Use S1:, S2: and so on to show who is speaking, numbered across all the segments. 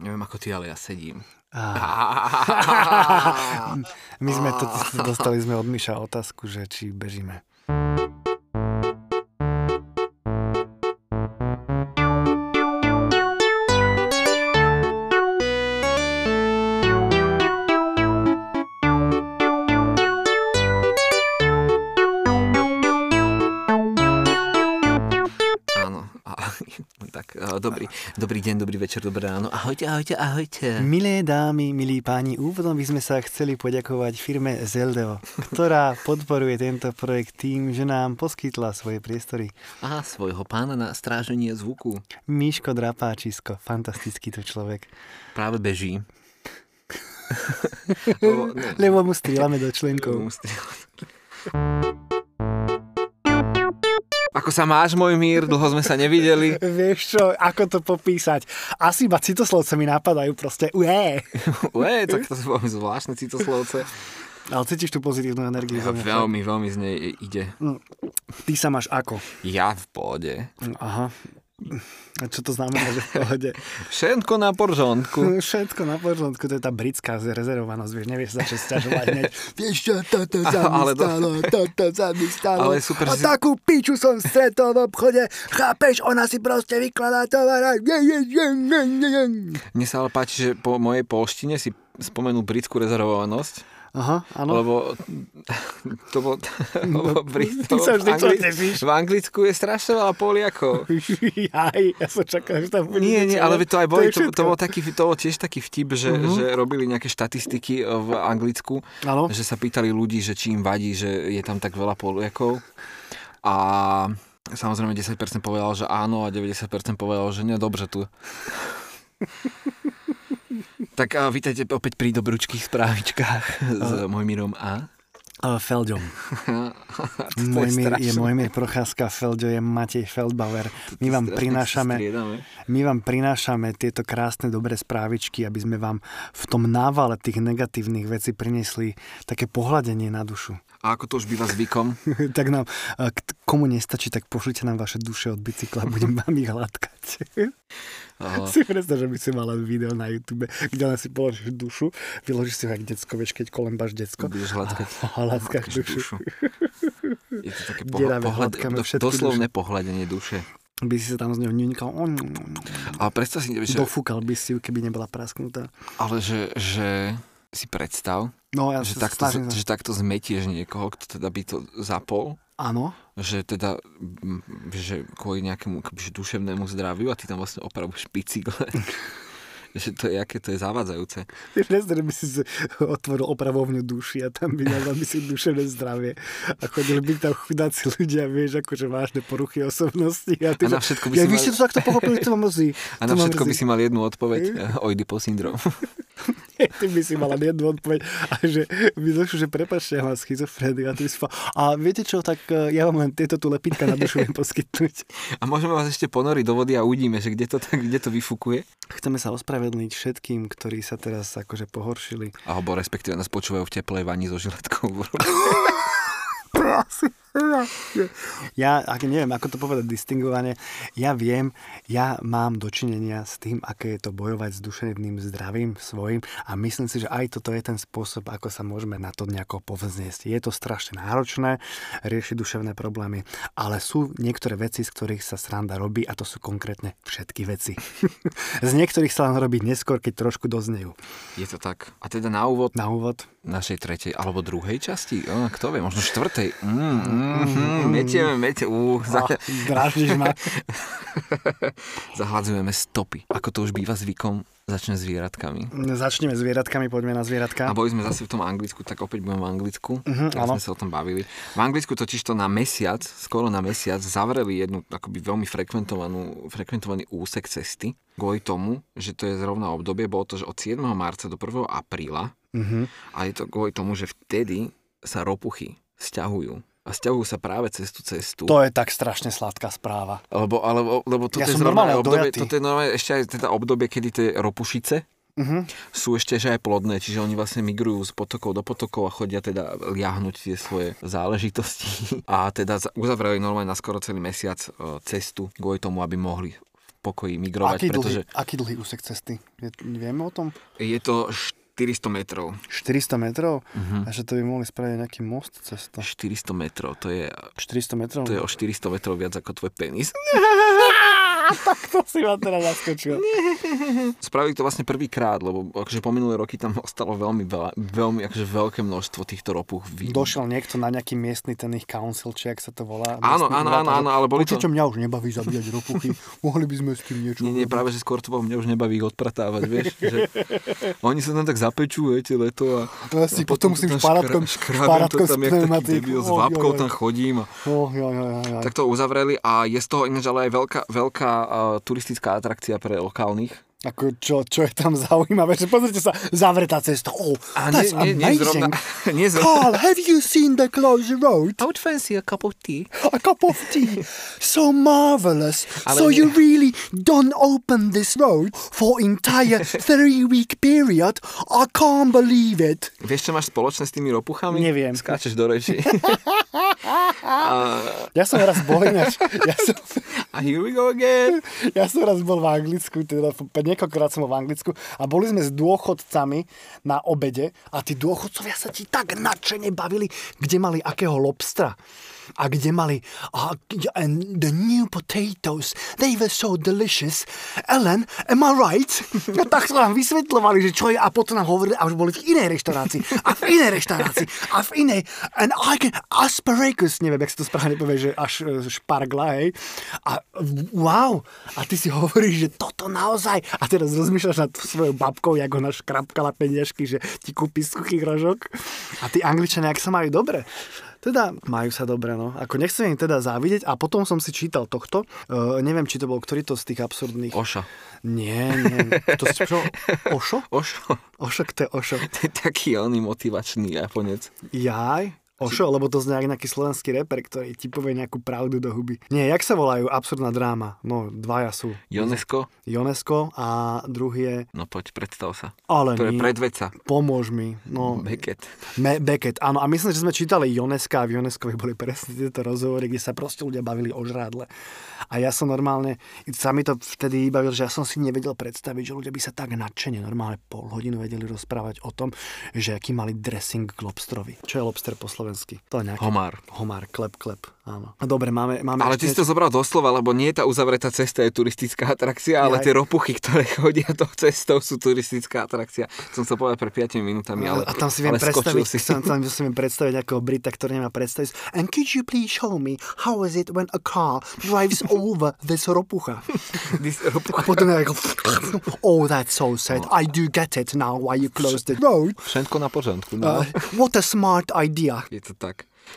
S1: Neviem ako ty, ale ja sedím.
S2: Ah. My sme to, dostali sme od Miša otázku, že či bežíme.
S1: Áno. A- tak, eh, dobrý, dobrý deň, dobrý večer, dobré ráno. Ahojte, ahojte, ahojte.
S2: Milé dámy, milí páni, úvodom by sme sa chceli poďakovať firme Zeldeo, ktorá podporuje tento projekt tým, že nám poskytla svoje priestory.
S1: A svojho pána na stráženie zvuku
S2: Miško Drapáčisko, fantastický to človek.
S1: práve beží. Lebo- ne,
S2: Lebo mu strieľame do členkov.
S1: Musí- Ako sa máš, môj mír? Dlho sme sa nevideli.
S2: Vieš čo, ako to popísať? Asi iba citoslovce mi napadajú proste. Ué.
S1: Ué, tak to sú veľmi zvláštne citoslovce.
S2: Ale cítiš tú pozitívnu energiu.
S1: Ja
S2: zo mňa? Hm.
S1: veľmi, veľmi z nej ide.
S2: Ty sa máš ako?
S1: Ja v pôde.
S2: Aha. A čo to znamená, že v pohode? No,
S1: Všetko na poržontku.
S2: Všetko na poriadku, to je tá britská rezervovanosť, vieš, nevieš sa čo sťažovať hneď. Vieš čo, toto sa mi
S1: Ale to-
S2: stalo, toto sa mi stalo.
S1: Ale super,
S2: A
S1: že-
S2: takú piču som stretol v obchode, chápeš, ona si proste vykladá tovar. a je, je, je, je, je, je.
S1: Mne sa ale páči, že po mojej polštine si spomenul britskú rezervovanosť.
S2: Aha, áno.
S1: Lebo to bol... Lebo Brit,
S2: No, ty sa
S1: v
S2: vždy čo
S1: Angli-
S2: tešíš.
S1: V Anglicku je strašne veľa Poliakov.
S2: Aj, ja som čakal, že tam bude
S1: Nie, nie,
S2: niečo,
S1: ale veď to aj boli, to,
S2: je
S1: to,
S2: všetko. Mhm.
S1: bol taký, to bol tiež taký vtip, že, uh-huh. že robili nejaké štatistiky e, v Anglicku,
S2: Áno.
S1: že sa pýtali ľudí, že či im vadí, že je tam tak veľa Poliakov a samozrejme 10% povedalo, že áno a 90% povedalo, že nie, dobre tu. tak a vítajte opäť pri dobrúčkých správičkách s Mojmírom A.
S2: Ale Feldom.
S1: To je
S2: Mojmír
S1: strašné.
S2: je Mojmír Procházka, Feldo je Matej Feldbauer. My vám
S1: Strašne sa
S2: prinášame
S1: striedame.
S2: My vám prinášame tieto krásne, dobré správičky, aby sme vám v tom návale tých negatívnych vecí prinesli také pohľadenie na dušu.
S1: A ako to už býva zvykom, eh,
S2: tak nám, a k- komu nestačí, tak pošlite nám vaše duše od bicykla, budem vám ich hladkať.
S1: eh,
S2: si predstav, že by si mala video na YouTube, kde len si položíš dušu, vyložíš si ho jak decko, vieš, keď kolembaš decko.
S1: budeš hladkať
S2: A hladkáš
S1: Hladkáš
S2: dušu.
S1: dušu. Je to také po,
S2: Deravé
S1: pohľad,
S2: hladkáme
S1: do,
S2: všetky
S1: doslovné pohľadenie duše.
S2: By si sa tam z ňou ňuňkal, on,
S1: Ale predstav si, že,
S2: dofúkal by si ju, keby nebola prasknutá.
S1: ale že, že si predstav,
S2: No ja
S1: že
S2: sa
S1: takto,
S2: snažím.
S1: že takto zmetieš niekoho, kto teda by to zapol,
S2: Áno.
S1: že teda mm, že kvôli nejakému akoby, že duševnému zdraviu a ty tam vlastne opravuješ bicykle. že to je, aké to je zavádzajúce.
S2: Vieš, Nestor by si z- otvoril opravovňu duši a tam by nazval by si duševné zdravie. A chodili by tam chudáci ľudia, vieš, akože vážne poruchy osobnosti. A, ty,
S1: A na
S2: že-
S1: všetko by si
S2: ja, vy
S1: mal-
S2: ste to takto pochopili, to ma mrzí.
S1: A na všetko by si mal jednu odpoveď, eh, ojdypo syndrom.
S2: Ty by si mala jednu odpoveď. A že by došlo, že prepačte, ja mám schizofréniu. A, ty by si povedal, a viete čo, tak e, ja vám len tieto tu lepitka na dušu viem poskytnúť.
S1: A môžeme vás ešte ponoriť do vody a uvidíme, že kde to, tak, kde to vyfukuje.
S2: Chceme sa ospravedlniť všetkým, ktorí sa teraz akože pohoršili.
S1: Alebo respektíve nás počúvajú v teplej vani so žiletkou v ruke.
S2: Ja ak, neviem, ako to povedať distingovane. Ja viem, ja mám dočinenia s tým, aké je to bojovať s duševným zdravím svojim a myslím si, že aj toto je ten spôsob, ako sa môžeme na to nejako povzniesť. Je to strašne náročné riešiť duševné problémy, ale sú niektoré veci, z ktorých sa sranda robí a to sú konkrétne všetky veci. z niektorých sa len robí neskôr, keď trošku doznejú.
S1: Je to tak. A teda na úvod
S2: Na úvod.
S1: našej tretej alebo druhej časti? A, kto vie, možno štvrtej. Mm, mm, mm, metieme, mete, uh, za,
S2: Ah, Dráždiš ma.
S1: zahladzujeme stopy. Ako to už býva zvykom, začne zvieratkami.
S2: Začneme zvieratkami, poďme na
S1: A
S2: zvieratka.
S1: boli sme zase v tom Anglicku, tak opäť budeme v Anglicku.
S2: Mhm,
S1: Teraz
S2: áno.
S1: sme sa o tom bavili. V Anglicku totiž to na mesiac, skoro na mesiac, zavreli jednu akoby veľmi frekventovanú, frekventovaný úsek cesty kvôli tomu, že to je zrovna obdobie, bolo to že od 7. marca do 1. apríla
S2: Mhm.
S1: A je to kvôli tomu, že vtedy sa ropuchy sťahujú. A sťahujú sa práve cez tú cestu.
S2: To je tak strašne sladká správa.
S1: Lebo, alebo, lebo toto
S2: Ja
S1: je
S2: som
S1: normálne
S2: normálne
S1: obdobie,
S2: dojatý.
S1: toto je normálne ešte aj teda obdobie, kedy tie ropušice
S2: Mhm.
S1: sú ešte že aj plodné, čiže oni vlastne migrujú z potokov do potokov a chodia teda liahnuť tie svoje záležitosti. A teda za- uzavreli normálne na skoro celý mesiac e, cestu kvôli tomu, aby mohli v pokoji migrovať,
S2: aký,
S1: pretože
S2: dlhý, aký dlhý úsek cesty? Je, vieme o tom?
S1: je to 400 metrov.
S2: 400 metrov?
S1: Mhm.
S2: Uh-huh. A že to by mohli spraviť nejaký most cez to.
S1: 400 metrov, to je,
S2: 400 metrov?
S1: to je o 400 metrov viac ako tvoj penis.
S2: To si ma teraz zaskočil.
S1: Spravili to vlastne prvýkrát, lebo akože po minulé roky tam ostalo veľmi veľa, veľmi akože veľké množstvo týchto ropuch. Vy...
S2: Došiel niekto na nejaký miestny ten ich council, či ak sa to volá.
S1: Áno,
S2: miestny
S1: áno,
S2: úrad,
S1: áno,
S2: a že
S1: áno, ale boli to-
S2: Určite mňa už nebaví zabíjať ropuchy. Mohli by sme s tým niečo...
S1: Nie, nie, práve, že skôr to bolo, mňa už nebaví ich odpratávať, vieš. Že oni sa tam tak zapečú, viete, leto a...
S2: Ja si
S1: a
S2: potom musím šparátkom-
S1: škrabem to
S2: šparátkom
S1: tam,
S2: s
S1: jak taký
S2: pneumatík.
S1: debil, s
S2: Oj, oj,
S1: vápkou
S2: oj.
S1: tam chodím a
S2: Oh, jo, jo, jo, jo.
S1: Tak to uzavreli a je z toho ináč ale aj veľká, veľká uh, turistická atrakcia pre lokálnych.
S2: Ako, čo, čo je tam zaujímavé? Že pozrite sa, zavretá cesta. Oh, that's amazing.
S1: nie zrovna.
S2: Carl, have you seen the closed road?
S1: I would fancy a cup of tea.
S2: A cup of tea. So marvelous.
S1: Ale
S2: so
S1: nie.
S2: you really don't open this road for entire three week period. I can't believe it.
S1: Vieš, čo máš spoločné s tými ropuchami?
S2: Neviem.
S1: Skáčeš do reči.
S2: Ja som raz bol ináč, ja som,
S1: a here we go again.
S2: ja som raz bol v Anglicku, teda f- niekoľkokrát som bol v Anglicku a boli sme s dôchodcami na obede a tí dôchodcovia sa ti tak nadšene bavili, kde mali akého lobstra a kde mali a, and the new potatoes, they were so delicious. Ellen, am I right? A tak sa nám vysvetľovali, že čo je a potom nám hovorili a už boli v inej reštaurácii a v inej reštaurácii a v inej and I can asparagus, neviem, jak sa to správne povie, že až e, špargla, hej. A wow, a ty si hovoríš, že toto naozaj a teraz rozmýšľaš nad svojou babkou, jak ona škrapkala peniažky, že ti kúpi suchý rožok a tí angličania, ak sa majú dobre. Teda majú sa dobre, no. Ako nechcem im teda závidieť a potom som si čítal tohto. E, neviem, či to bol ktorý to z tých absurdných...
S1: Oša.
S2: Nie, nie. To si čo? Ošo?
S1: Ošo.
S2: Ošo, kto je Ošo?
S1: To je taký oný motivačný Japonec.
S2: Jaj? Ošo, lebo to znie ako nejaký slovenský reper, ktorý ti povie nejakú pravdu do huby. Nie, jak sa volajú? Absurdná dráma. No, dvaja sú.
S1: Jonesko?
S2: Jonesko a druhý je...
S1: No poď, predstav sa.
S2: Ale
S1: To je
S2: nie.
S1: predveca.
S2: Pomôž mi. No,
S1: Beckett.
S2: Me- Beckett, áno. A myslím, že sme čítali Joneska a v Joneskovi boli presne tieto rozhovory, kde sa proste ľudia bavili o žrádle. A ja som normálne, sa mi to vtedy bavil, že ja som si nevedel predstaviť, že ľudia by sa tak nadšene normálne pol hodinu vedeli rozprávať o tom, že aký mali dressing k lobstrovi. Čo je lobster po slovensky? To je nejaký...
S1: Homár.
S2: Homár, klep, klep, áno. No Dobre, máme... máme
S1: Ale
S2: ešte
S1: ty si to zobral doslova, lebo nie tá uzavretá cesta je turistická atrakcia, ale
S2: Ja-
S1: tie ropuchy, ktoré chodia tou cestou, sú turistická atrakcia. Som sa povedal pred 5 minútami, ale
S2: a tam si viem
S1: ale skočil
S2: predstaviť, si. Tam, tam si viem predstaviť ako Brita, ktorý nemá predstaviť. And could you please show me how is it when a car drives over this ropucha?
S1: Dis-
S2: A
S1: ropuchy.
S2: potom je ako... Oh, that's so sad. I do get it now why you closed the road.
S1: Všetko na pořádku.
S2: Uh,
S1: No.
S2: what a smart idea.
S1: Je to tak.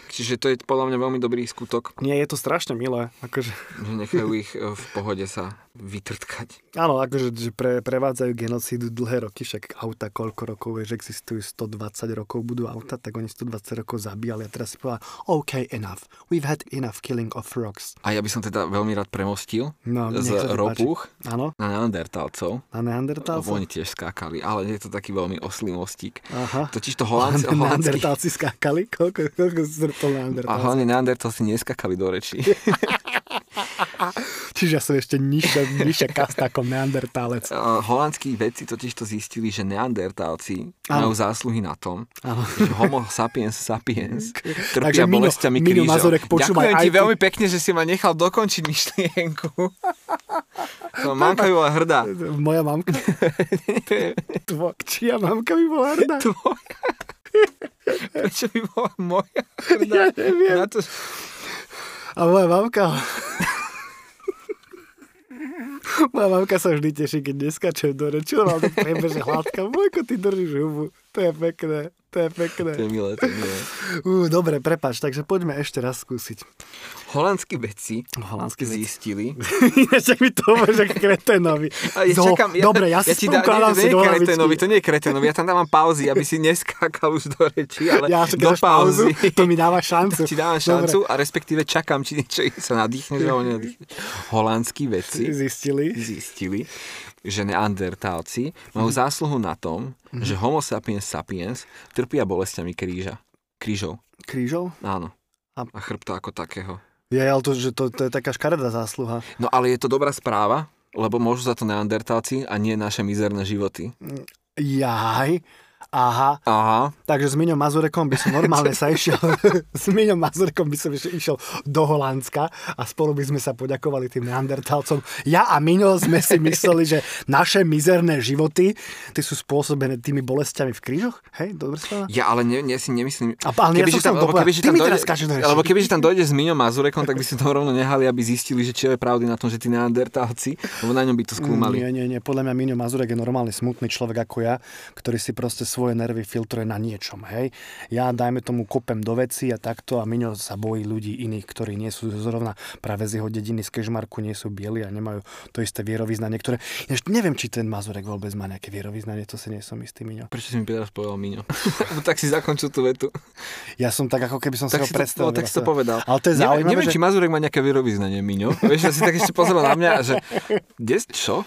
S1: Čiže to je podľa mňa veľmi dobrý skutok,
S2: Nie, je to strašne milé. Akože,
S1: že nechajú ich e, v pohode sa vytrtkať.
S2: áno, akože že pre, prevádzajú genocídu dlhé roky, však auta koľko rokov, vieš, existujú 120 rokov, budú auta, tak oni 120 rokov zabíjali a teraz si povedal, OK, enough. We've had enough killing of frogs.
S1: A ja by som teda veľmi rád premostil
S2: No, nech
S1: z
S2: sa ti
S1: ropuch
S2: páči. Áno,
S1: na neandertálcov.
S2: na neandertálce.
S1: Lebo oni tiež skákali, ale je to taký veľmi oslý mostík.
S2: Aha.
S1: Totiž to holandský, holandský,
S2: Neandertálci skákali? Koľko, koľko zrtol
S1: A
S2: neandertálci?
S1: hlavne neandertálci neskakali do rečí.
S2: Čiže ja som ešte nižšia, nižšia kasta ako neandertálec.
S1: Eh, holandskí vedci totiž to zistili, že neandertálci
S2: Áno.
S1: majú zásluhy na tom,
S2: Áno.
S1: že homo sapiens sapiens
S2: Takže
S1: trpia
S2: Mino-
S1: bolestiami
S2: Mino
S1: krížov.
S2: Mazurek, počúvaj,
S1: Ďakujem
S2: aj
S1: ti
S2: ty-
S1: veľmi pekne, že si ma nechal dokončiť myšlienku. Som mankajú a hrdá.
S2: Moja mamka? Tvo, čia mamka by bola hrdá?
S1: Tvoja. Prečo by bola moja hrdá?
S2: Ja neviem.
S1: Na to,
S2: A moja mamka... Moja mamka sa vždy teší, keď neskačem do reči, lebo to prebeže hladka. Mojko, ty držíš hubu. To je pekné, to je pekné.
S1: to je milé, to je milé.
S2: Ú, dobre, prepač, takže poďme ešte raz skúsiť.
S1: Holandskí vedci
S2: Holandskí vedci.
S1: zistili,
S2: Ináč, ak mi to hovoríš, ako kretenovi.
S1: A ja
S2: No,
S1: čakám, ja,
S2: dobre, ja, si
S1: dám-
S2: spokladám
S1: nie,
S2: si do
S1: nie,
S2: hlavičky.
S1: kreténovi, to nie je kreténovi, ja tam dávam pauzy, aby si neskákal už do reči, ale
S2: Ja si
S1: do
S2: dáš pauzu,
S1: pauzy.
S2: to mi dáva šancu.
S1: ti dávam
S2: Dobre.
S1: šancu a respektíve čakám, či niečo sa nadýchne, že ho nenadýchne. Holandskí vedci
S2: Zistili.
S1: zistili, že neandertálci majú
S2: Mhm.
S1: zásluhu na tom, že homo sapiens sapiens trpia bolestiami kríža. Krížov,
S2: Krížov?
S1: áno.
S2: A-
S1: A chrbta ako takého.
S2: Ja, ale to, že to, to je taká škaredá zásluha.
S1: No ale je to dobrá správa, lebo môžu za to neandertáci a nie naše mizerné životy.
S2: Jaj, aha.
S1: Aha,
S2: Takže s Miňom Mazurekom by som normálne sa išiel, s Miňom Mazurekom by som ešte išiel do Holandska a spolu by sme sa poďakovali tým neandertálcom. Ja a Miňo sme si mysleli, že naše mizerné životy ty sú spôsobené tými bolestiami v krížoch. Hej, dobre spáva?
S1: ja ale ne, ne, si nemyslím...
S2: A- ale ja som chcel
S1: lebo
S2: dopovedať,
S1: kebyže
S2: ty mi teraz skáčeš do reči.
S1: lebo kebyže tam dojde s Miňom Mazurekom, tak by si to rovno nehali, aby zistili, že čo je pravdy na tom, že tí neandertálci, lebo na ňom by to skúmali.
S2: Mm, Nie, nie, nie. Podľa mňa Miňo Mazurek je normálny smutný človek ako ja, ktorý si proste svoje nervy filtruje na niečom, hej. Ja, dajme tomu, kopem do veci a takto a Miňo sa bojí ľudí iných, ktorí nie sú zrovna práve z jeho dediny z Kežmarku, nie sú bieli a nemajú to isté vierovýznanie, ktoré... Ja ešte neviem, či ten Mazurek vôbec má nejaké vierovýznanie, to si nie som istý, Miňo.
S1: Prečo si mi teraz povedal Miňo? tak si zakončil tú vetu.
S2: Ja som tak, ako keby som
S1: Tak
S2: si ho
S1: si, to,
S2: predstavil.
S1: no, tak si to povedal.
S2: Ale to je zaujímavé,
S1: Neviem, neviem
S2: že-
S1: či Mazurek má nejaké vyrovýznanie, Miňo. Vieš, ja si tak ešte pozrel na mňa, že... Kde, čo?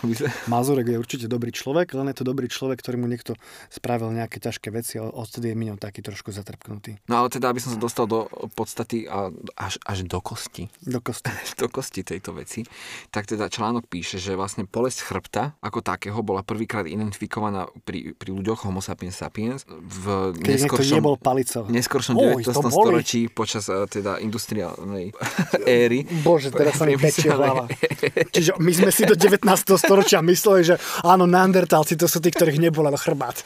S2: Mazurek je určite dobrý človek, len je to dobrý človek, ktorému niekto spravil nejaké ťažké veci, ale odtedy je Miňo taký trošku zatrpknutý.
S1: No ale teda, aby som sa dostal do podstaty a až, až do kosti.
S2: Do kosti.
S1: do kosti tejto veci, tak teda článok píše, že vlastne bolesť chrbta ako takého bola prvýkrát identifikovaná pri, pri ľuďoch Homo sapiens sapiens v
S2: Keď niekto
S1: neskoršom,
S2: nebol palicou.
S1: neskoršom
S2: Oj,
S1: 19.
S2: to boli.
S1: storočí počas eh, teda industriálnej éry.
S2: Bože, teraz sa mi pečie
S1: Priemyselnej
S2: hlava. Čiže my sme si do 19. storočia mysleli, že áno, neandertálci to sú tí, ktorých nebolel chrbát.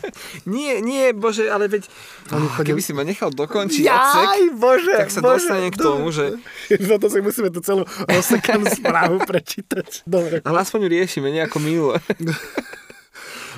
S1: Nie, nie, bože, ale veď...
S2: Oni
S1: Oh,
S2: chodili-
S1: keby si ma nechal dokončiť odsek,
S2: Jaj, bože,
S1: tak sa
S2: bože,
S1: dostane k tomu, že...
S2: Toto si musíme tú celú rozsekanú správu prečítať. Dobre.
S1: Ale aspoň ju riešime nejako minulo.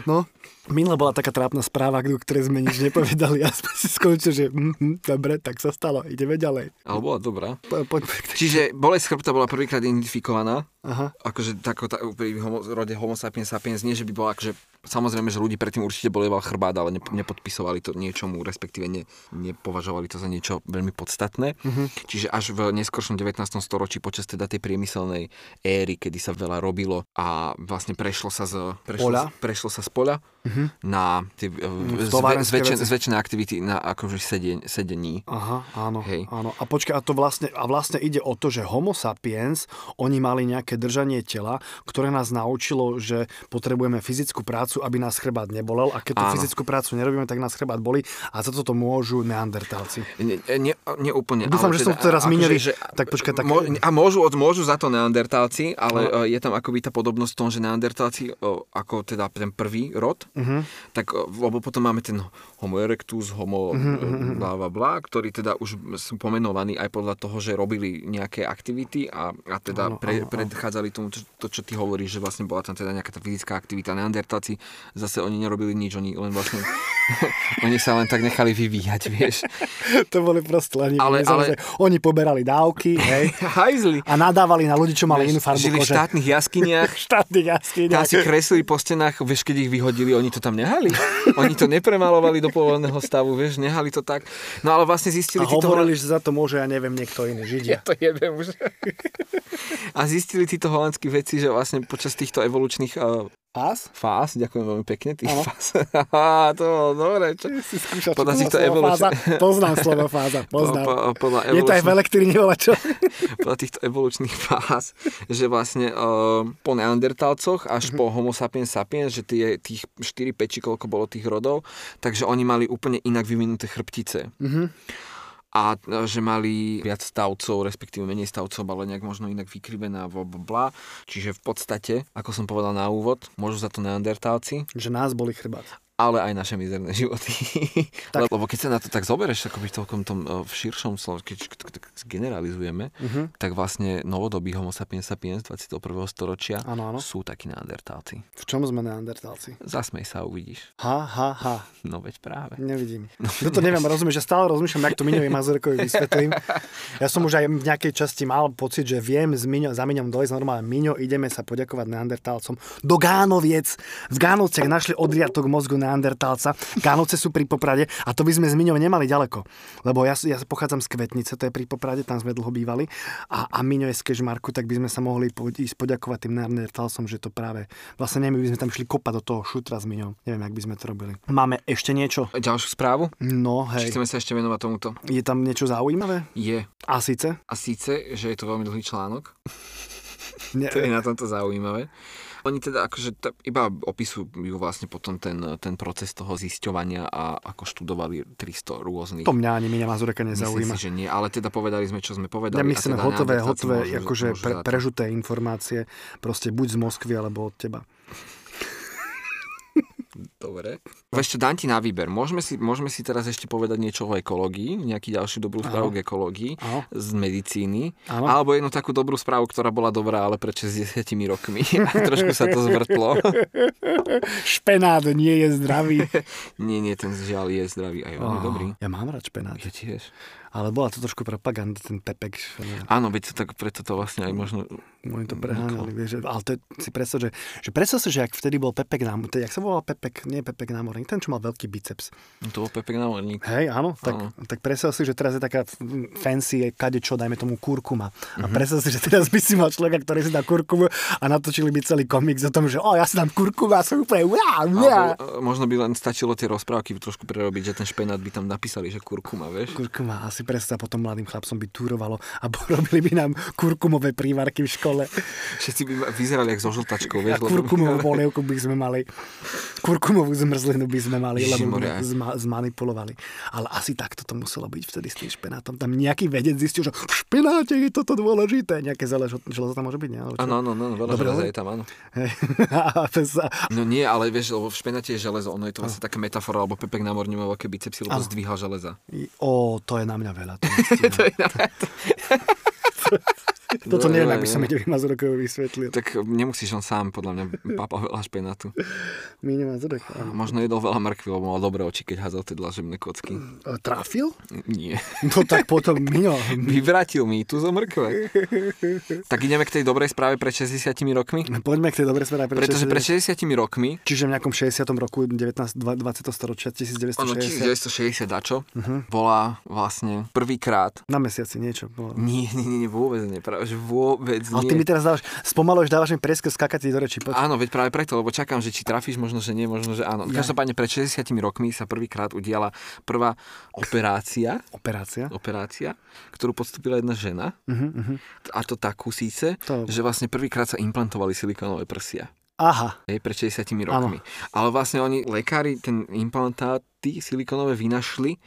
S2: No, Minula bola taká trápna správa, o ktorej sme nič nepovedali a sme si skončili, že mm, mm, dobre, tak sa stalo, ideme ďalej.
S1: Ale bola dobrá.
S2: Po, poďme k tej...
S1: Čiže bolesť chrbta bola prvýkrát identifikovaná
S2: Aha.
S1: akože tako, ta, pri homo, rode homo sapiens sapiens, nie že by bola akože, samozrejme, že ľudí predtým určite bolieval chrbát, ale ne, nepodpisovali to niečomu, respektíve ne, nepovažovali to za niečo veľmi podstatné.
S2: Mhm.
S1: Mm-hmm. Čiže až v neskoršom 19. storočí, počas teda tej priemyselnej éry, kedy sa veľa robilo a vlastne prešlo sa z, prešlo,
S2: Poľa. Mhm. Mm,
S1: z- prešlo sa z poľa mm-hmm. na tie, e, zve,
S2: továrenské
S1: zväčšen,
S2: veci.
S1: zväčšené aktivity na akože sedien, sedení.
S2: Aha, áno,
S1: Hej.
S2: áno. A počkaj, a to vlastne, a vlastne ide o to, že homo sapiens, oni mali nejaké držanie tela, ktoré nás naučilo, že potrebujeme fyzickú prácu, aby nás chrbát nebolel a keď tú
S1: Áno.
S2: fyzickú prácu nerobíme, tak nás chrbát bolí a za toto môžu neandertálci.
S1: Nie, nie, nie úplne.
S2: Dúfam,
S1: ale
S2: že som teraz
S1: akože,
S2: minulý.
S1: že-
S2: Tak počkaj, tak-
S1: Mo, a môžu, od- môžu za to neandertálci, ale no. je tam akoby tá podobnosť v tom, že neandertálci, o, ako teda ten prvý rod, uh-huh. tak o, lebo potom máme ten homo erectus, homo uh-huh. bla, bla, bla, ktorí teda už sú pomenovaní aj podľa toho, že robili nejaké aktivity a, a teda pre, predchádzali tomu, čo, to, čo ty hovoríš, že vlastne bola tam teda nejaká tá fyzická aktivita. Neandertáci zase oni nerobili nič, oni len vlastne, oni sa len tak nechali vyvíjať, vieš.
S2: to boli proste len
S1: Ale-
S2: ale... Oni poberali dávky, hej,
S1: Hajzli.
S2: a nadávali na ľudí, čo mali inú farbu
S1: Žili v
S2: kože.
S1: štátnych jaskyniach,
S2: Štátny jaskyň.
S1: tam si kreslili po stenách, vieš, keď ich vyhodili, oni to tam nehali. Oni to nepremalovali do pôvodného stavu, vieš, nehali to tak. No ale vlastne
S2: A
S1: zistili títo...
S2: hovorili, že za to môže, ja neviem, niekto iný, Židia.
S1: to jebem už. A zistili títo holandskí veci, že vlastne počas týchto evolučných uh,
S2: Pás?
S1: fáz, ďakujem veľmi pekne, tých
S2: Áno.
S1: fáz. Á, to bolo dobre, čo?
S2: si skúšal, čo
S1: Podľa
S2: to
S1: týchto
S2: slovo
S1: evoluč-
S2: fáza. Poznám slovo fáza, poznám.
S1: Po- po- podľa
S2: Je to aj v
S1: evolučných-
S2: elektrine, ale čo?
S1: podľa týchto evolučných fáz, že vlastne uh, po neandertálcoch až po homo sapiens sapiens, že tie, tých 4-5 či koľko bolo tých rodov, takže oni mali úplne inak vyvinuté chrbtice. A e, že mali viac stavcov, respektíve menej stavcov, ale nejak možno inak vykrivená, bla, bla, bla. Čiže v podstate, ako som povedal na úvod, môžu za to neandertálci,
S2: Že nás boli chrbát.
S1: ale aj naše mizerné životy.
S2: Tak.
S1: Tak. Lebo keď sa na to tak zoberieš, akoby v celkom tom e, v širšom slove, keď keď- keď generalizujeme, uh-huh.
S2: Mhm.
S1: tak vlastne novodobí homo sapiens sapiens 21. storočia
S2: Áno, áno.
S1: sú takí neandertálci.
S2: V čom sme neandertálci?
S1: Zasmej sa, uvidíš.
S2: Ha, ha, ha.
S1: No veď práve.
S2: Nevidím. Toto neviem, rozumieš, že stále rozmýšľam, jak to Miňovi Mazurkovi vysvetlím. Ja som už aj v nejakej časti mal pocit, že viem s Miňo, za Miňom dojsť normálne. Miňo, ideme sa poďakovať neandertálcom. Do Gánoviec. V Gánovciach našli odriatok mozgu neandertálca. Gánovce sú pri Poprade a to by sme s Miňom nemali ďaleko. Lebo ja, ja pochádzam z Kvetnice, to je pri Poprade, tam sme dlho bývali. A, a Miňo je z Kežmarku, tak by sme sa mohli po, ísť poďakovať tým neandertálcom, že to práve... Vlastne neviem, by sme tam šli kopať do toho šutra s Miňom. Neviem, ak by sme to robili. Máme ešte niečo?
S1: A Ďalšiu správu?
S2: No
S1: Či
S2: hej,
S1: chceme sa ešte venovať tomuto?
S2: je tam niečo zaujímavé?
S1: Je.
S2: A síce?
S1: A síce, že je to veľmi dlhý článok,
S2: Ne,
S1: to je na tomto zaujímavé. Oni teda akože t- iba opisujú vlastne potom ten, ten proces toho zisťovania a ako študovali 300 rôznych.
S2: To mňa ani Miňa Mazureka nezaujíma.
S1: Myslím si, že nie, ale teda povedali sme, čo sme povedali.
S2: Ja my
S1: a
S2: chceme
S1: teda
S2: hotové,
S1: neandertálci
S2: hotové,
S1: môžu-
S2: akože
S1: môžu
S2: pre,
S1: za to.
S2: prežuté informácie, proste buď z Moskvy, alebo od teba.
S1: Dobre. Ešte dám ti na výber. Môžeme si, môžeme si teraz ešte povedať niečo o ekológii, nejaký ďalšiu dobrú správu k ekológii
S2: Áno.
S1: z medicíny,
S2: Áno.
S1: alebo jednu takú dobrú správu, ktorá bola dobrá, ale pred 60 rokmi. A trošku sa to zvrtlo.
S2: Špenát nie je zdravý.
S1: nie, nie, ten žiaľ je zdravý a je veľmi
S2: Á,
S1: dobrý.
S2: Ja mám rád špenát.
S1: Ja tiež.
S2: Ale bola to trošku propaganda, ten pepek. špenát.
S1: Áno, veď to tak preto to vlastne aj možno...
S2: Oni
S1: Mm,
S2: to preháňali, vieš, že- ale to je, si predstav, že, že predstav si, že ak vtedy bol Pepek námorník, jak sa volal Pepek, nie Pepek námorník, ten, čo mal veľký biceps.
S1: To bol Pepek námorník.
S2: Hej, áno, tak,
S1: Áno.
S2: tak predstav si, že teraz je taká f- fancy kadečo, dajme tomu kurkuma. A
S1: Mhm.
S2: predstav si, že teraz by si mal človeka, ktorý si dá kurkumu a natočili by celý komiks o tom, že o, ja si dám kurkumu a som úplne uá,
S1: Alebo,
S2: uá.
S1: e, možno by len stačilo tie rozprávky trošku prerobiť, že ten špenát by tam napísali, že kurkuma, vieš?
S2: Kurkuma asi predstav potom mladým chlapcom by túrovalo a robili by nám kurkumové prívarky v škole.
S1: Všetci by vyzerali jak so žltačkou,
S2: A
S1: vieš? lebo-
S2: kurkumovú polievku by sme mali. Kurkumovú zmrzlinu by sme mali,
S1: Ježiši,
S2: lebo by
S1: more.
S2: zma- zmanipulovali. Ale asi takto to muselo byť vtedy s tým špenátom. Tam nejaký vedec zistil, že v špenáte je toto dôležité. Nejaké zelé žl- železo tam môže byť, nie? Alebo čo?
S1: Áno, áno, áno, veľa
S2: Dobre,
S1: železa
S2: ale-
S1: je tam, áno.
S2: Hej. A pes- a-
S1: No nie, ale vieš, lebo v špenáte je železo, ono je to vlastne taká metafora, alebo Pepek námorník mal veľké bicepsy, lebo
S2: Áno.
S1: zdvíhal železa.
S2: Ó, to je na mňa veľa. To, nestíham. Toto neviem,
S1: Dobre,
S2: aby som
S1: dobre.
S2: Miňovi Mazurokovi vysvetlil.
S1: Tak nemusíš on sám, podľa mňa, pápa veľa špenátu.
S2: Miňo Mazurek. áno.
S1: Možno jedol veľa mrkvy, lebo mal dobré oči, keď hádzal tie dlažebné kocky.
S2: A Trafil?
S1: Nie.
S2: No tak potom Miňo.
S1: Vyvrátil mi tu zo mrkve. Tak ideme k tej dobrej správe pred 60 rokmi?
S2: Poďme k tej dobrej sfere.
S1: Pretože pred 60 rokmi,
S2: Čiže v nejakom 60. roku 19, 20. storočia,
S1: ono 1960
S2: 1960.
S1: dačo,
S2: Mhm.
S1: bola vlastne prvýkrát
S2: Na mesiaci niečo bolo.
S1: nie, nie, nie, nie, vôbec nie, práve, že vôbec nie.
S2: Ale ty mi teraz dávaš, spomaluješ, dávaš mi preskr skakať do reči. Poď.
S1: Áno, veď práve preto, lebo čakám, že či trafíš, možno, že nie, možno, že áno.
S2: Ja.
S1: Každopádne pred 60 rokmi sa prvýkrát udiala prvá operácia,
S2: Operácia.
S1: operácia, ktorú podstúpila jedna žena,
S2: Uh-huh, uh-huh.
S1: a to takú síce,
S2: To-
S1: že vlastne prvýkrát sa implantovali silikónové prsia.
S2: Aha,
S1: Hej, pred 60 rokmi. Ale vlastne oni, lekári, ten implantáty silikonové vynašli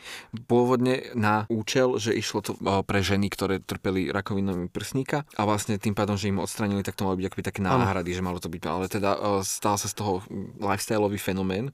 S1: pôvodne na účel, že išlo to o, pre ženy, ktoré trpeli rakovinami prsníka a vlastne tým pádom, že im odstranili, tak to malo byť akoby také náhrady, že malo to byť, ale teda o, stal sa z toho lifestyleový fenomén.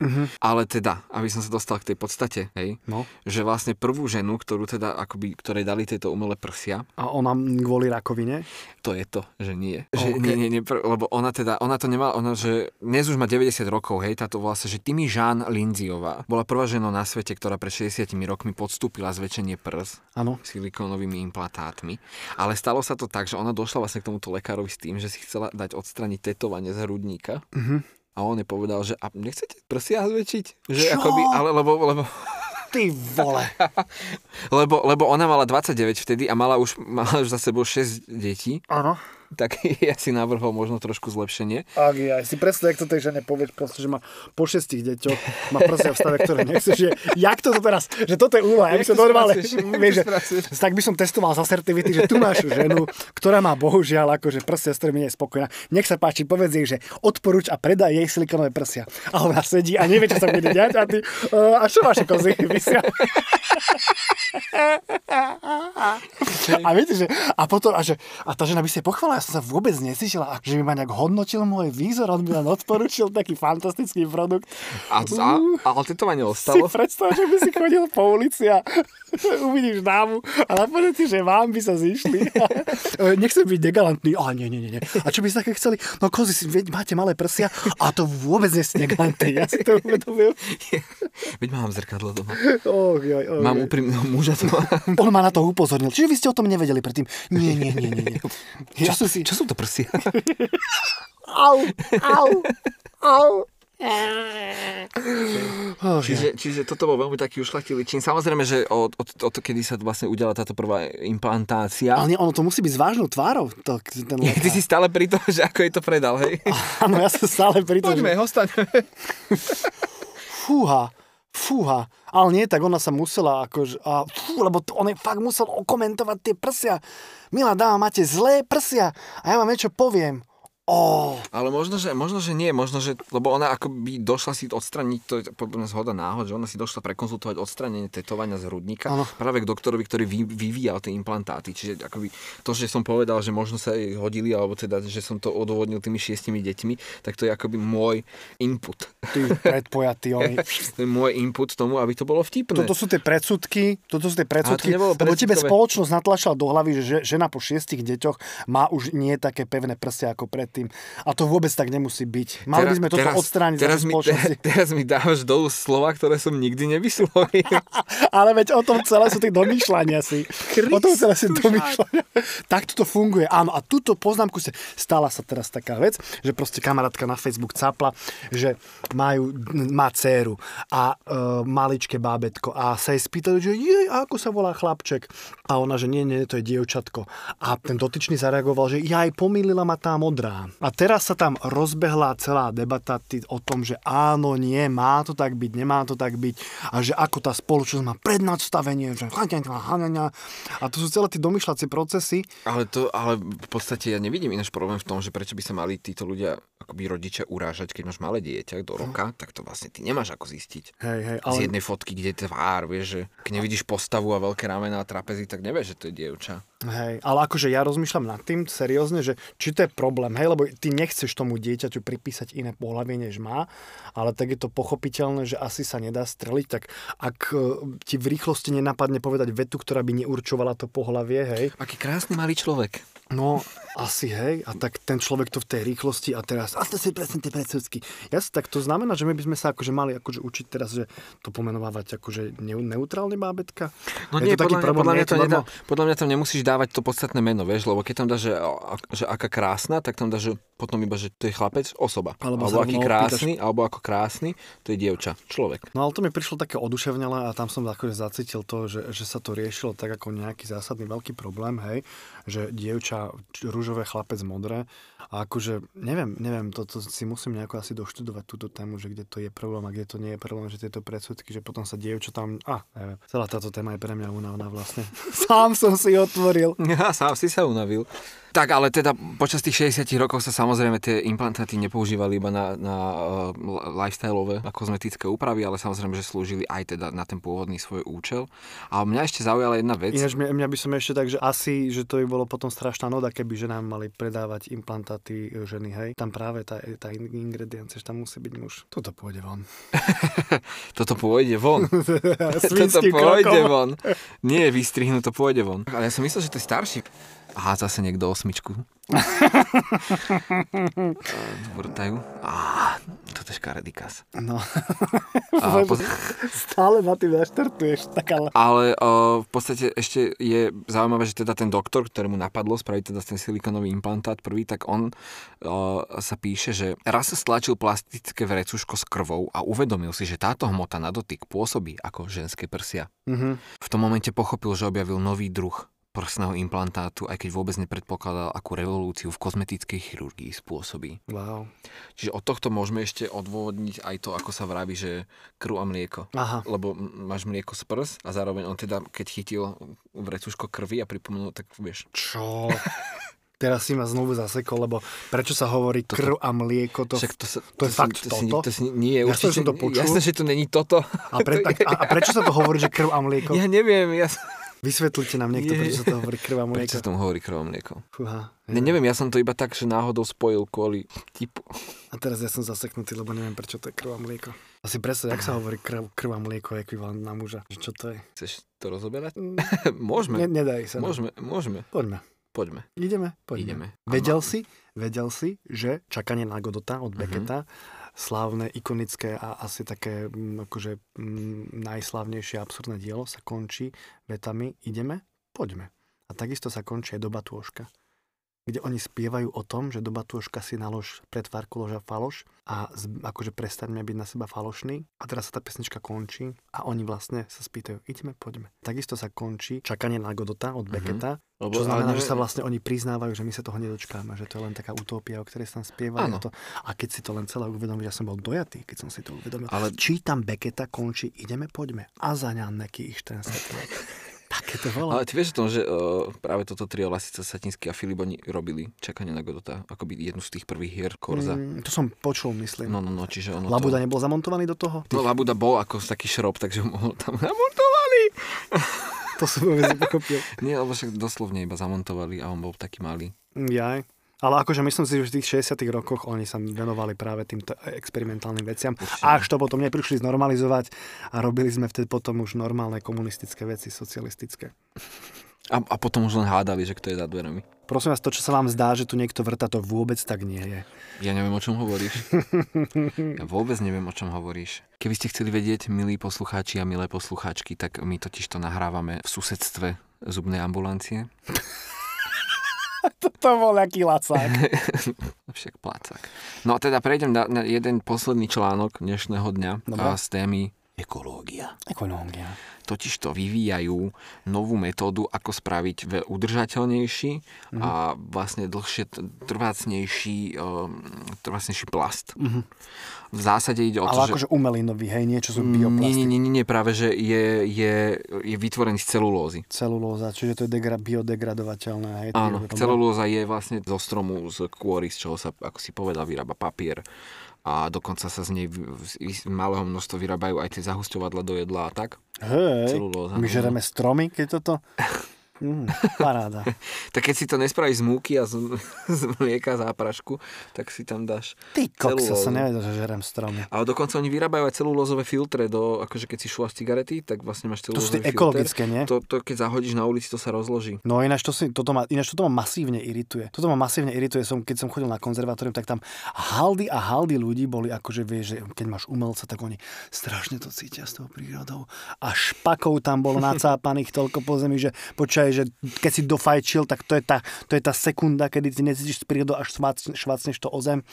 S1: Ale teda, aby som sa dostal k tej podstate, hej,
S2: no.
S1: že vlastne prvú ženu, ktorú teda akoby, ktorej dali tieto umelé prsia,
S2: A ona kvôli rakovine.
S1: to je to, že nie. Že
S2: OK.
S1: nie, nie, nie, pr- lebo ona teda, ona to nemala, ona, že dnes už má 90 rokov, hej, táto vlastne, že Timmy Jean Lindziová bola prvá žena na svete, ktorá pred 60 rokmi podstúpila zväčšenie prs
S2: Áno.
S1: silikónovými implantátmi. Ale stalo sa to tak, že ona došla vlastne k tomuto lekárovi s tým, že si chcela dať odstraniť tetovanie z hrudníka.
S2: Mhm.
S1: A on jej povedal, že a nechcete prsia zväčšiť? Že
S2: Čo?
S1: akoby, ale lebo, lebo,
S2: Ty vole.
S1: lebo, lebo ona mala 29 vtedy a mala už, mala už za sebou 6 detí
S2: Áno.
S1: tak ja si navrhol možno trošku zlepšenie.
S2: Ak ja si predstav, jak to tej žene povieš proste, že má po šestich deťoch, má proste v stave, ktoré nechce, že jak to teraz, že toto je úloha, jak,
S1: Jak
S2: to
S1: to
S2: normálne,
S1: spracuješ, jak
S2: vieš,
S1: to
S2: že, tak by som testoval z asertivity, že tu máš ženu, ktorá má bohužiaľ akože prsia, s ktorými nie je spokojná. Nech sa páči, povedz jej, že odporuč a predaj jej silikonové prsia. A ona sedí a nevie, čo sa bude diať a ty, "E, a čo vaše kozy vysia? A viete, že, a potom, a, že, a tá žena by si pochvala, ja som sa vôbec neslyšela, že by ma nejak hodnotil môj výzor, on by len odporučil taký fantastický produkt.
S1: A, a, ale tetovanie
S2: Si
S1: ostalo.
S2: predstav, že by si chodil po ulici a uvidíš dámu a napadne ti, že vám by sa zišli. E, Nechcem byť negalantný. A nie, nie, nie, nie. A čo by ste také chceli? No kozy, si, veď máte malé prsia a to vôbec nie ste negalantní. Ja si to uvedomil.
S1: Veď mám zrkadlo doma.
S2: Oh, joj, oh,
S1: Mám
S2: joj.
S1: úprimného muža doma.
S2: On ma na to upozornil. Čiže vy ste o tom nevedeli predtým. Nie, nie, nie, nie. nie. Ja som si...
S1: Čo sú to prsia?
S2: Au, au, au. Oh,
S1: Čiže, čiže toto bol veľmi taký ušlachtilý čin. Samozrejme, že od, od, od kedy sa vlastne udiala táto prvá implantácia.
S2: Ale nie, ono to musí byť s vážnou tvárou, to, ten
S1: Ty
S2: lekár.
S1: si stále pri tom, že ako je to predal, hej?
S2: Áno, ja som stále pri tom, že
S1: Poďme, ostaňme.
S2: fúha, fúha. Ale nie, tak ona sa musela akože, a fú, lebo to, on je fakt musel okomentovať tie prsia. Milá dáma, máte zlé prsia a ja vám niečo poviem. Oh.
S1: Ale možno, že, možno, že nie, možno, že, lebo ona akoby došla si odstraniť, to je podľa mňa zhoda náhod, že ona si došla prekonzultovať odstranenie tetovania z hrudníka
S2: Áno.
S1: práve k doktorovi, ktorý vy, vyvíjal tie implantáty. Čiže akoby to, že som povedal, že možno sa jej hodili, alebo teda, že som to odôvodnil tými šiestimi deťmi, tak to je akoby môj input.
S2: Ty predpojatý, oni.
S1: To je môj input tomu, aby to bolo vtipné.
S2: Toto sú tie predsudky, toto sú tie predsudky,
S1: Ale to nebolo
S2: lebo tebe
S1: predsudkové.
S2: spoločnosť natlačila do hlavy, že že- žena po šiestich deťoch má už nie také pevné prsia ako predtým. A to vôbec tak nemusí byť. Mali by sme toto odstrániť
S1: teraz
S2: z našej
S1: mi,
S2: spoločnosti.
S1: te, teraz mi dávaš dolu slova, ktoré som nikdy nevyslovil.
S2: Ale veď o tom celé sú tie domýšľania si. o tom celé sú domýšľania. Tak toto funguje. Áno, a túto poznámku ste... Stala sa teraz taká vec, že proste kamarátka na Facebook capla, že majú, má dceru a e, maličké bábetko a sa jej spýtali, že jej, a ako sa volá chlapček? A ona, že nie, nie, to je dievčatko. A ten dotyčný zareagoval, že ja aj pomýlila ma tá modrá. A teraz sa tam rozbehla celá debata ty- o tom, že áno, nie, má to tak byť, nemá to tak byť a že ako tá spoločnosť má prednastavenie, že a to sú celé tie domýšľacie procesy.
S1: Ale to, ale v podstate ja nevidím ináč problém v tom, že prečo by sa mali títo ľudia, akoby rodičia urážať, keď máš malé dieťa do roka, tak to vlastne ty nemáš ako zistiť.
S2: Hej, hej,
S1: Ale... Z
S2: ale
S1: jednej fotky, kde je tvár, vieš, že keď nevidíš postavu a veľké ramena a trapezy, tak nevieš, že to je dievča.
S2: Hej, ale akože ja rozmýšľam nad tým seriózne, že či to je problém, hej, lebo ty nechceš tomu dieťaťu pripísať iné pohlavie, než má, ale tak je to pochopiteľné, že asi sa nedá streliť, tak ak e, ti v rýchlosti nenapadne povedať vetu, ktorá by neurčovala to pohlavie, hej,
S1: Aký krásny malý človek.
S2: no asi hej, a tak ten človek to v tej rýchlosti a teraz, a to si presne tie predsudky. Ja si tak to znamená, že my by sme sa akože mali akože učiť teraz, že to pomenovávať akože neu- neutrálne bábetka.
S1: No nie,
S2: to
S1: podľa,
S2: taký
S1: mňa,
S2: problém,
S1: podľa,
S2: nie
S1: mňa
S2: je
S1: to nedá,
S2: normál-
S1: podľa mňa tam nemusíš dávať to podstatné meno, vieš, lebo keď tam dáš, že, že aká krásna, tak tam dáš, že potom iba, že to je chlapec, osoba. Alebo,
S2: Alebo
S1: alebo
S2: sa
S1: aký
S2: rovno opýtaš-
S1: krásny, alebo ako krásny, to je dievča, človek.
S2: No ale to mi prišlo také oduševnelé a tam som akože zacítil to, že, že sa to riešilo tak ako nejaký zásadný veľký problém, hej, že dievča, č- rúžové, chlapec, modré a akože, neviem, neviem, to, to si musím nejako asi doštudovať túto tému, že kde to je problém a kde to nie je problém, že tieto predsudky, že potom sa dievča tam, a neviem, celá táto téma je pre mňa únavná vlastne. Sám som si otvoril.
S1: Ja, sám si sa unavil. Tak, ale teda počas tých 60 rokov sa samozrejme tie implantáty nepoužívali iba na, na uh, lifestyleové a kozmetické úpravy, ale samozrejme, že slúžili aj teda na ten pôvodný svoj účel. A mňa ešte zaujala jedna vec.
S2: Ináč mňa, mňa by som ešte tak, že asi, že to by bolo potom strašná noda, keby že nám mali predávať implantáty e, ženy, hej. Tam práve tá, e, tá in- ingrediencia, že tam musí byť muž. Toto pôjde von.
S1: Toto pôjde von. Toto
S2: Svinským
S1: pôjde
S2: krokom.
S1: von. Nie je vystrihnú, to pôjde von. Ale ja som myslel, že to je starší. Aha, zase niekto osmičku. Vrtajú. Á, toto je škaredý kas.
S2: No,
S1: Á, poz-
S2: stále ma tým naštartuješ, tak ale...
S1: Ale uh, v podstate ešte je zaujímavé, že teda ten doktor, ktorému napadlo spraviť teda ten silikonový implantát prvý, tak on uh, sa píše, že raz stlačil plastické vrecuško s krvou a uvedomil si, že táto hmota na dotyk pôsobí ako ženské prsia.
S2: Mhm.
S1: V tom momente pochopil, že objavil nový druh prsného implantátu, aj keď vôbec nepredpokladal, akú revolúciu v kozmetickej chirurgii spôsobí.
S2: Wow.
S1: Čiže od tohto môžeme ešte odôvodniť aj to, ako sa vraví, že krv a mlieko
S2: Aha.
S1: lebo m- máš mlieko z prs a zároveň on teda, keď chytil vrecuško krvi a pripomenul, tak vieš.
S2: Čo? Teraz si ma znovu zasekol, lebo prečo sa hovorí krv a mlieko? To...
S1: Však to, sa,
S2: to je
S1: si-
S2: fakt
S1: to si- to
S2: toto?
S1: si, nie,
S2: Ja
S1: určite,
S2: som to počul.
S1: Jasné, že to není toto.
S2: A, pre... a, a- a prečo sa to hovorí, že krv a mlieko?
S1: Ja neviem, ja som...
S2: Vysvetlite nám
S1: Je.
S2: niekto, prečo sa to hovorí krv a
S1: Prečo
S2: mlieko.
S1: sa tomu hovorí krv a mlieko?
S2: Fúha.
S1: Ne, neviem, ja som to iba tak, že náhodou spojil kvôli typu.
S2: A teraz ja som zaseknutý, lebo neviem, prečo to je krv a mlieko. Asi presne, jak sa hovorí krv, krv a mlieko je ekvivalent na muža. Že Čo to je?
S1: Chceš to rozoberať?
S2: Mm, Ne,
S1: Môžeme,
S2: nedají sa. no.
S1: môžeme, môžeme.
S2: Poďme.
S1: Poďme,
S2: Ideme? Poďme.
S1: ideme.
S2: Vedel si, vedel si, že čakanie na Godota od Becketa, slávne, ikonické a asi také mm, akože mm, najslávnejšie absurdné dielo sa končí vetami ideme, poďme. A takisto sa končí aj doba tôžka kde oni spievajú o tom, že doba tôžka si nalož pretvárku loža faloš a z, akože prestaňme byť na seba falošný. A teraz sa tá pesnička končí a oni vlastne sa spýtajú, ideme, poďme. Takisto sa končí čakanie na Godota od Becketa,
S1: Lebo,
S2: čo
S1: ale
S2: znamená, že
S1: neviem-
S2: sa vlastne oni priznávajú, že my sa toho nedočkáme, že to je len taká utopia, o ktorej sa tam spieva.
S1: Áno.
S2: A, to, a keď si to len celé uvedomíš, ja som bol dojatý, keď som si to uvedomil.
S1: Ale-
S2: Čítam Beketa, končí, ideme, poďme. A zaňa neký ich ten Tak. Aké to bolo?
S1: Ale ty vieš o tom, že uh, práve toto trio Lasica, Satinský a Filip, oni robili čakanie na Godota, akoby jednu z tých prvých hier Korza. Mm.
S2: Mm, to som počul, myslím.
S1: No, no, no, čiže ono
S2: Labuda
S1: to...
S2: nebol zamontovaný do toho?
S1: No, Labuda bol ako taký šrob, takže ho mohol tam namontovali.
S2: To som vôbec nepochopil.
S1: Nie, lebo však doslovne iba zamontovali a on bol taký malý.
S2: Mm, Jaj. Ale akože myslím si, že v tých 60 rokoch oni sa venovali práve týmto experimentálnym veciam.
S1: Určite.
S2: Až to potom neprišli znormalizovať a robili sme vtedy potom už normálne komunistické veci, socialistické.
S1: A, a potom už len hádali, že kto je za dverami.
S2: Prosím vás, to, čo sa vám zdá, že tu niekto vrta, to vôbec tak nie je.
S1: Ja neviem, o čom hovoríš. Ja vôbec neviem, o čom hovoríš. Keby ste chceli vedieť, milí poslucháči a milé poslucháčky, tak my totiž to nahrávame v susedstve zubnej ambulancie.
S2: To bol nejaký lacák.
S1: Však plácak. No a teda prejdem na, na jeden posledný článok dnešného dňa
S2: Dobre.
S1: a z témy ekológia.
S2: Ekonómia.
S1: Totiž to vyvíjajú novú metódu, ako spraviť ve- udržateľnejší a
S2: Mhm.
S1: vlastne dlhšie t- trvácnejší, um, trvácnejší plast. V zásade ide o to,
S2: Mhm. Ale
S1: že...
S2: akože Mm. umelý nový, hej, niečo
S1: Nie,
S2: sú
S1: nie,
S2: bioplasty.
S1: nie, nie, nie, práve, že je, je, je vytvorený z celulózy.
S2: Celulóza, čiže to je degra- biodegradovateľné. Hej,
S1: Áno,
S2: to-
S1: celulóza je vlastne zo stromu, z kôry, z čoho sa, ako si povedal, vyrába papier a dokonca sa z nej v, v, z malého množstva vyrábajú aj tie zahusťovadla do jedla a tak.
S2: Hej,
S1: celulóza,
S2: my
S1: no.
S2: žereme stromy, keď toto... Mm, paráda.
S1: Tak keď si to nespravíš z múky a z, z mlieka záprašku, tak si tam dáš
S2: Ty kokso,
S1: celulózu.
S2: som nevedel, že žerem stromy.
S1: Ale dokonca oni vyrábajú aj celulózové filtre, do, akože keď si šúvaš cigarety, tak vlastne máš
S2: To sú tie
S1: celulózový filter.
S2: ekologické, nie?
S1: To, to, keď zahodíš na ulici, to sa rozloží.
S2: No ináč, to si, toto ma, ináč toto ma masívne irituje. Toto ma masívne irituje. Som, keď som chodil na konzervatórium, tak tam haldy a haldy ľudí boli akože, vieš, že keď máš umelca, tak oni strašne to cítia s tou prírodou. A špakov tam bolo nacápaných toľko po zemi, že počkaj, že keď si dofajčil, tak to je tá, to je tá sekunda, kedy ty necítiš s prírodou až švácne- švácneš to o zem.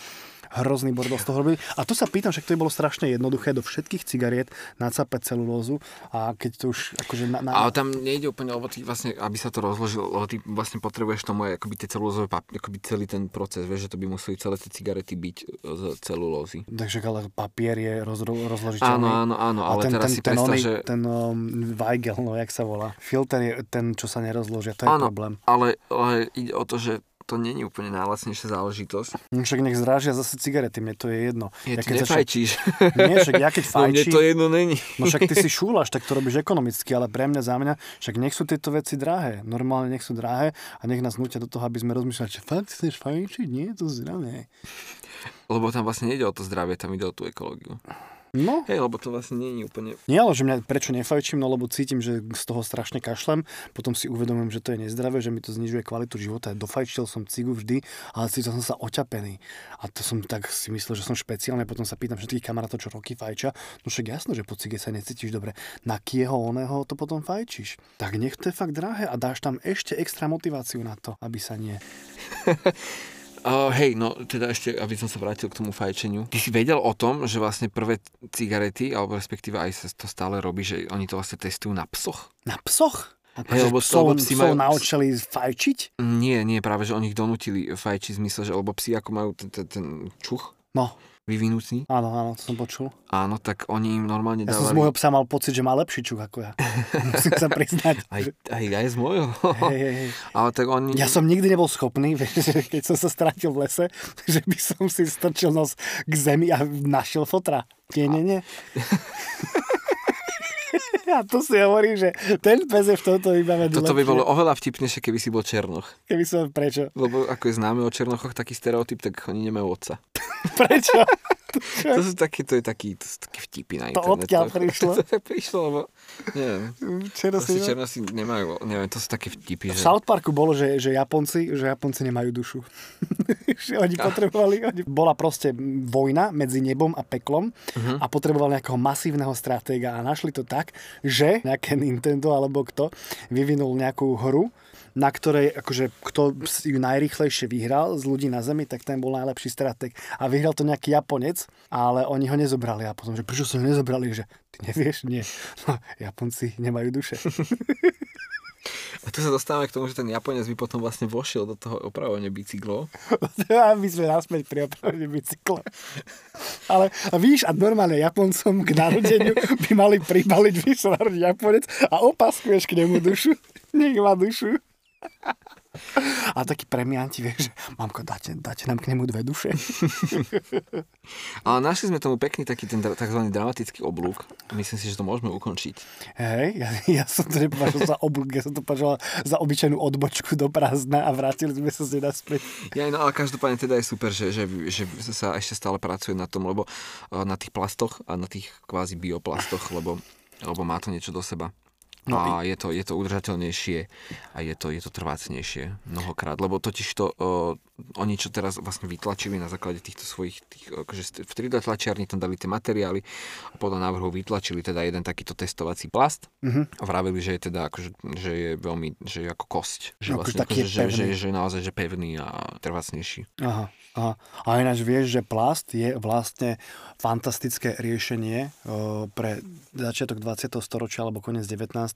S2: Hrozný bordel z toho robili. A to sa pýtam, však to je bolo strašne jednoduché do všetkých cigariet nacapať celulózu a keď to už akože na, na,
S1: Ale tam nejde úplne, lebo ty vlastne, aby sa to rozložilo, lebo ty vlastne potrebuješ tomu aj akoby tie celulózové pap- akoby celý ten proces, vieš, že to by museli celé tie cigarety byť e, z celulózy.
S2: Takže ale papier je rozro, rozložiteľný.
S1: Áno, áno, áno, ale
S2: ten,
S1: teraz
S2: ten,
S1: si
S2: ten,
S1: predstav,
S2: oný,
S1: že...
S2: ten um, Weigel, no jak sa volá. Filter je ten, čo sa nerozložia, to je
S1: Áno,
S2: problém.
S1: ale, ale ide o to, že to není úplne najlacnejšia záležitosť.
S2: No Však nech zrážia zase cigarety, mne to je jedno.
S1: Je, ty
S2: začnem-
S1: nefajčíš.
S2: Nie, však ja keď
S1: No mne
S2: fajčím,
S1: to jedno není.
S2: no však ty si šúlaš, tak to robíš ekonomicky, ale pre mňa, za mňa, však nech sú tieto veci drahé. Normálne nech sú drahé a nech nás nutia do toho, aby sme rozmýšľali, že fakt chceš fajčiť? Nie, je to zdravé.
S1: Lebo tam vlastne nejde o to zdravie, tam ide o tú ekológiu.
S2: No,
S1: Hej, lebo to vlastne není úplne...
S2: Nie, ale že mňa prečo nefajčím, no lebo cítim, že z toho strašne kašlem, potom si uvedomujem, že to je nezdravé, že mi to znižuje kvalitu života. Dofajčil som cigu vždy, ale cítil som sa oťapený. A to som tak si myslel, že som špeciálny, potom sa pýtam všetkých kamarátov, čo roky fajča. No však jasno, že po cige sa necítiš dobre. Na kieho oného to potom fajčíš. Tak nech to je fakt drahé a dáš tam ešte extra motiváciu na to, aby sa nie.
S1: Uh, hej, no teda ešte, aby som sa vrátil k tomu fajčeniu. Ty si vedel o tom, že vlastne prvé cigarety, alebo respektíve aj sa to stále robí, že oni to vlastne testujú na psoch?
S2: Na psoch?
S1: Hej,
S2: Akože
S1: lebo-
S2: psov,
S1: lebo psi
S2: psov
S1: majú-
S2: naučili fajčiť?
S1: Nie, nie, práve, že oni ich donútili fajčiť v zmysle, že lebo psi ako majú ten, ten, ten čuch
S2: No,
S1: vyvinutý,
S2: áno, áno, to som počul.
S1: áno, tak oni im normálne
S2: Ja som z
S1: dávali...
S2: môjho psa mal pocit, že má lepší čuk ako ja. Musím sa priznať.
S1: Aj, aj, aj z môjho.
S2: Hej, hej, hej.
S1: Ale tak oni...
S2: Ja som nikdy nebol schopný, vieš, že keď som sa strátil v lese, že by som si strčil nos k zemi a našiel fotra. Nie, nie, nie. A tu si hovorím, že ten pes je v tomto vybavený
S1: Toto by
S2: lepšie.
S1: bolo oveľa vtipnejšie, keby si bol Černoch.
S2: Keby som, prečo?
S1: Lebo ako je známe o Černochoch taký stereotyp, tak oni nemajú otca.
S2: Prečo?
S1: To, sú také, to je taký, to sú také vtipy na
S2: Hm.
S1: internetu.
S2: To odkiaľ prišlo?
S1: to tak prišlo, lebo neviem.
S2: Včera
S1: Proste
S2: si...
S1: Černosi nemajú, neviem, to sú také vtipy,
S2: V
S1: že...
S2: South Parku bolo, že, že, Japonci, že Japonci nemajú dušu. že oni potrebovali, oni... bola proste vojna medzi nebom a peklom uh-huh. a potrebovali nejakého masívneho stratéga a našli to tak, že nejaké Nintendo alebo kto vyvinul nejakú hru, na ktorej akože kto ju najrychlejšie vyhral z ľudí na zemi, tak ten bol najlepší stratég. A vyhral to nejaký Japonec, ale oni ho nezobrali. A potom, že prečo sa ho nezobrali? Že ty nevieš? Nie. No, Japonci nemajú duše.
S1: A tu sa dostávame k tomu, že ten Japonec by potom vlastne vošiel do toho opravovania bicyklov.
S2: aby sme naspäť pri opravde bicykle. Ale a víš, a normálne Japoncom k narodeniu by mali pribaliť, víš, sa narodí Japonec a opaskuješ k nemu dušu. Nech má dušu. A taký premianti, vieš, že mamko, dáte, dáte nám k nemu dve duše.
S1: Ale našli sme tomu pekný taký ten dra- tzv. dramatický oblúk. Myslím si, že to môžeme ukončiť.
S2: Hej, ja, ja som to nepovažoval za oblúk, ja som to považoval za obyčajnú odbočku do prázdna a vrátili sme sa z nej naspäť.
S1: Ja, no ale každopádne teda je super, že, že, že sa ešte stále pracuje na tom, lebo eh, na tých plastoch a na tých kvázi bioplastoch, lebo, lebo má to niečo do seba. No a je to, je to udržateľnejšie a je to, je to trvácnejšie mnohokrát, lebo totiž to, uh, oni čo teraz vlastne vytlačili na základe týchto svojich, tých, akože st- v 3D tlačiarni tam dali tie materiály a podľa návrhu vytlačili teda jeden takýto testovací plast
S2: Mhm.
S1: a vravili, že je teda akože, že je veľmi, že je ako kosť, že,
S2: No, Ako
S1: vlastne,
S2: taký
S1: akože, že,
S2: pevný.
S1: že, že je naozaj že pevný a trvácnejší.
S2: Aha, aha. A ináč vieš, že plast je vlastne fantastické riešenie e, pre začiatok 20. storočia alebo koniec 19.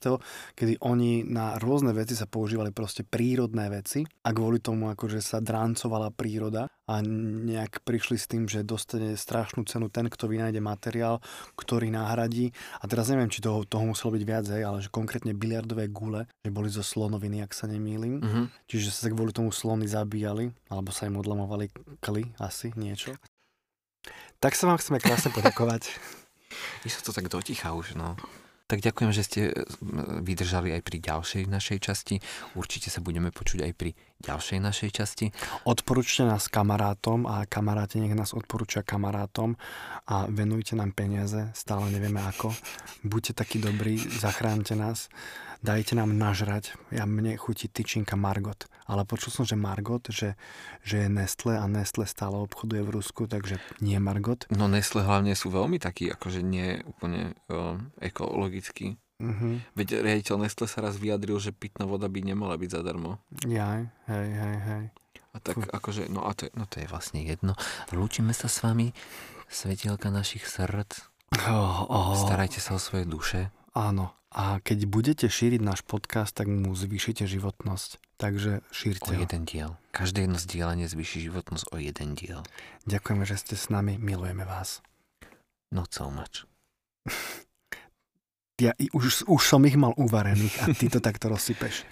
S2: kedy oni na rôzne veci sa používali proste prírodné veci a kvôli tomu akože sa dráncovala príroda a nejak prišli s tým, že dostane strašnú cenu ten, kto vynájde materiál, ktorý nahradí. A teraz neviem, či toho, toho muselo byť viac, hej, ale že konkrétne biliardové gule, že boli zo slonoviny, ak sa nemýlim.
S1: Mhm.
S2: Čiže sa kvôli tomu slony zabíjali, alebo sa im odlamovali kly, asi niečo. Tak sa vám chceme krásne poďakovať.
S1: Išlo to tak doticha už, no. Tak ďakujem, že ste e, vydržali aj pri ďalšej našej časti. Určite sa budeme počuť aj pri ďalšej našej časti.
S2: Odporúčte nás kamarátom a kamaráti nech nás odporúčia kamarátom a venujte nám peniaze, stále nevieme ako. Buďte takí dobrí, zachránte nás, dajte nám nažrať. Ja mne chutí tyčinka Margot, ale počul som, že Margot, že, že je Nestle a Nestle stále obchoduje v Rusku, takže nie Margot.
S1: No Nestle hlavne sú veľmi takí, akože nie úplne uh, ekologickí.
S2: Mhm.
S1: Veď riaditeľ Nestle sa raz vyjadril, že pitná voda by nemala byť zadarmo.
S2: Jaj, hej, hej, hej.
S1: A tak akože, no a to je, no to je vlastne jedno. Lúčime sa s vami, svetielka našich srdc.
S2: Oh, oh.
S1: Starajte sa o svoje duše.
S2: Áno. A keď budete šíriť náš podcast, tak mu zvýšite životnosť.
S1: O
S2: Takže šírte ho.
S1: jeden diel. Každé jedno zdieľanie zvýši životnosť o jeden diel.
S2: Ďakujeme, že ste s nami. Milujeme vás.
S1: Not No, so much.
S2: Ja i- už, už som ich mal uvarených a ty to takto rozsypeš.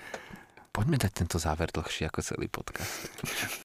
S1: Poďme dať tento záver dlhší ako celý podcast.